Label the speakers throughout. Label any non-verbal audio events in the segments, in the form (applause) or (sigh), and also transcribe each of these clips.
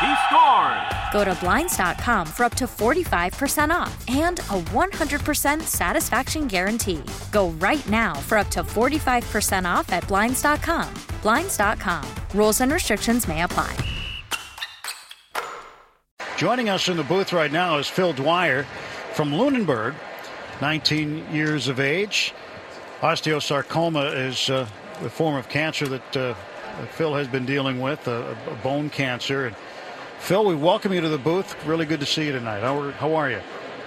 Speaker 1: He scores.
Speaker 2: Go to Blinds.com for up to 45% off and a 100% satisfaction guarantee. Go right now for up to 45% off at Blinds.com. Blinds.com. Rules and restrictions may apply.
Speaker 3: Joining us in the booth right now is Phil Dwyer from Lunenburg, 19 years of age. Osteosarcoma is uh, a form of cancer that uh, that Phil has been dealing with, a, a bone cancer. And Phil, we welcome you to the booth. Really good to see you tonight. How are, how are you?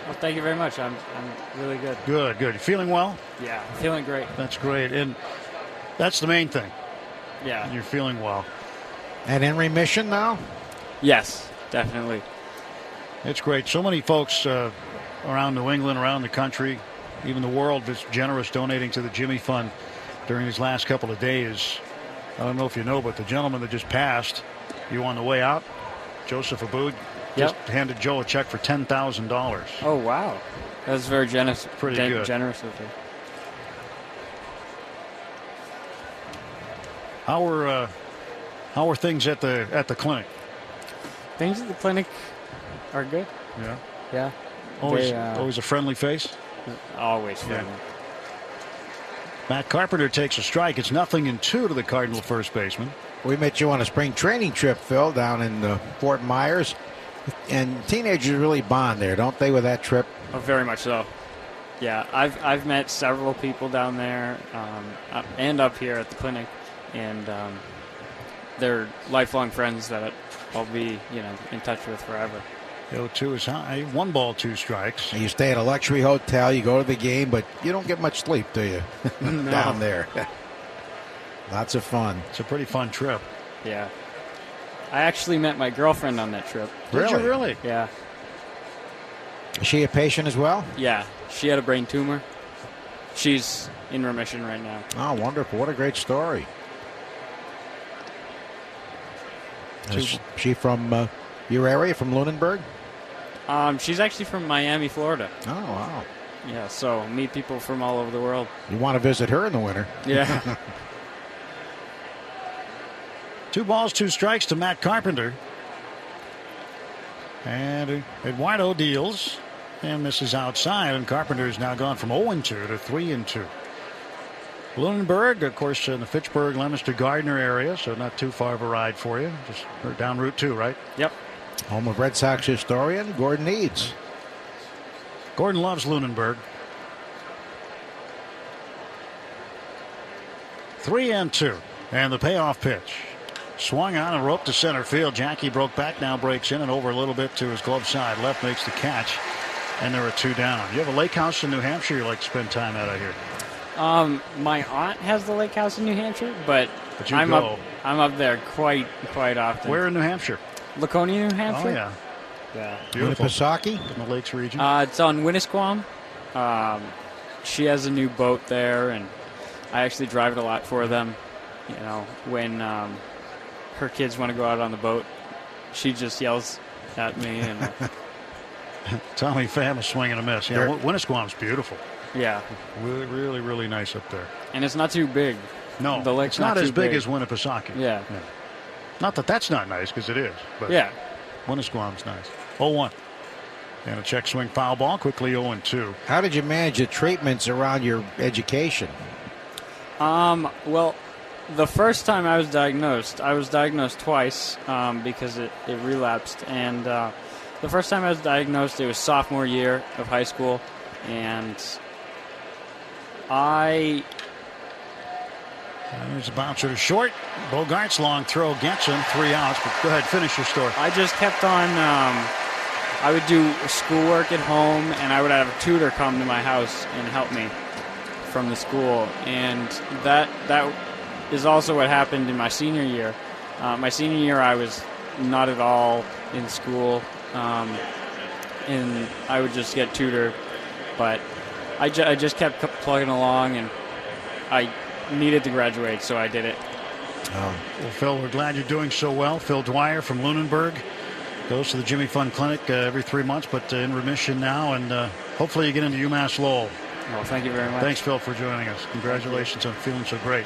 Speaker 4: Well, thank you very much. I'm, I'm really good.
Speaker 3: Good, good. You feeling well?
Speaker 4: Yeah, feeling great.
Speaker 3: That's great. And that's the main thing.
Speaker 4: Yeah.
Speaker 3: You're feeling well.
Speaker 5: And in remission now?
Speaker 4: Yes, definitely.
Speaker 3: It's great. So many folks uh, around New England, around the country, even the world, is generous donating to the Jimmy Fund during these last couple of days. I don't know if you know, but the gentleman that just passed, you on the way out, Joseph Aboud, just
Speaker 4: Yep.
Speaker 3: handed Joe a check for ten thousand dollars.
Speaker 4: Oh wow, that was very generous.
Speaker 3: Pretty
Speaker 4: gen-
Speaker 3: good.
Speaker 4: Generous of you.
Speaker 3: How were uh, how were things at the at the clinic?
Speaker 4: Things at the clinic are good.
Speaker 3: Yeah,
Speaker 4: Yeah.
Speaker 3: always
Speaker 4: They, uh,
Speaker 3: always a friendly face.
Speaker 4: Always friendly.
Speaker 3: Matt Carpenter takes a strike. It's nothing in two to the Cardinal first baseman.
Speaker 5: We met you on a spring training trip, Phil, down in uh, Fort Myers. And teenagers really bond there, don't they, with that trip?
Speaker 4: Oh, very much so. Yeah, I've I've met several people down there, um, up, and up here at the clinic, and um, they're lifelong friends that I'll be you know in touch with forever.
Speaker 3: The 0-2 is high. One ball, two strikes.
Speaker 5: And You stay at a luxury hotel, you go to the game, but you don't get much sleep, do you? (laughs) Down there. (laughs) Lots of fun.
Speaker 3: It's a pretty fun trip.
Speaker 4: Yeah. I actually met my girlfriend on that trip.
Speaker 3: Did you
Speaker 5: Really?
Speaker 3: really?
Speaker 4: Yeah.
Speaker 5: Is she a patient as well?
Speaker 4: Yeah, she had a brain tumor. She's in remission right now.
Speaker 5: Oh, wonderful. What a great story. Is she from uh, your area, from Lunenburg?
Speaker 4: Um, she's actually from Miami, Florida.
Speaker 5: Oh, wow.
Speaker 4: Yeah, so meet people from all over the world.
Speaker 5: You want to visit her in the winter.
Speaker 4: (laughs) Yeah.
Speaker 3: Two balls, two strikes to Matt Carpenter. And Eduardo deals and misses outside. And Carpenter is now gone from 0 2 to 3 2. Lunenburg, of course, in the Fitchburg, Leominster, Gardner area, so not too far of a ride for you. Just or down Route 2, right?
Speaker 4: yep.
Speaker 5: Home of Red Sox historian Gordon Eads.
Speaker 3: Gordon loves Lunenburg. 3 and 2. And the payoff pitch. Swung on and rope to center field. Jackie broke back, now breaks in and over a little bit to his glove side. Left makes the catch. And there are two down. You have a lake house in New Hampshire you like to spend time at, I hear.
Speaker 4: Um, my aunt has the lake house in New Hampshire, but,
Speaker 3: But you
Speaker 4: I'm
Speaker 3: go.
Speaker 4: up. I'm up there quite quite often.
Speaker 3: Where in New Hampshire?
Speaker 4: Laconia, New
Speaker 3: Oh,
Speaker 4: Hampshire.
Speaker 3: yeah.
Speaker 4: Yeah.
Speaker 3: Beautiful.
Speaker 5: Winnipesaukee?
Speaker 3: In the lakes region.
Speaker 4: Uh, it's on Winnisquam. Um, she has a new boat there, and I actually drive it a lot for them. You know, when um, her kids want to go out on the boat, she just yells at me, and
Speaker 3: Tommy Pham is swinging a miss. Yeah, Win- Winnisquam's beautiful.
Speaker 4: yeah,
Speaker 3: Really, really, really nice up there.
Speaker 4: and it's not too big.
Speaker 3: No,
Speaker 4: The lake's
Speaker 3: it's not,
Speaker 4: not
Speaker 3: as
Speaker 4: too
Speaker 3: big,
Speaker 4: big.
Speaker 3: as Winnipesaukee.
Speaker 4: Yeah.
Speaker 3: Not that that's not nice because it is. But
Speaker 4: Yeah,
Speaker 3: Winnisquam's nice. 0-1. And a check swing foul ball. Quickly 0-2.
Speaker 5: How did you manage the treatments around your education?
Speaker 4: Um, well, the first time I was diagnosed, I was diagnosed twice um, because it, it relapsed. And uh, the first time I was diagnosed, it was sophomore year of high school. And I,
Speaker 3: There's a bouncer to short. Bogart's long throw gets him. Three outs. But go ahead, finish your story.
Speaker 4: I just kept on um, I would do schoolwork at home, and I would have a tutor come to my house and help me from the school. And that that is also what happened in my senior year. Uh, my senior year, I was not at all in school, um, and I would just get tutored. But I, ju- I just kept plugging along, and I needed to graduate, so I did it.
Speaker 3: Well, Phil, we're glad you're doing so well. Phil Dwyer from Lunenburg goes to the Jimmy Fund Clinic uh, every three months, but uh, in remission now, and uh, hopefully you get into UMass Lowell.
Speaker 4: Well, thank you very much.
Speaker 3: Thanks, Phil, for joining us. Congratulations on feeling so great.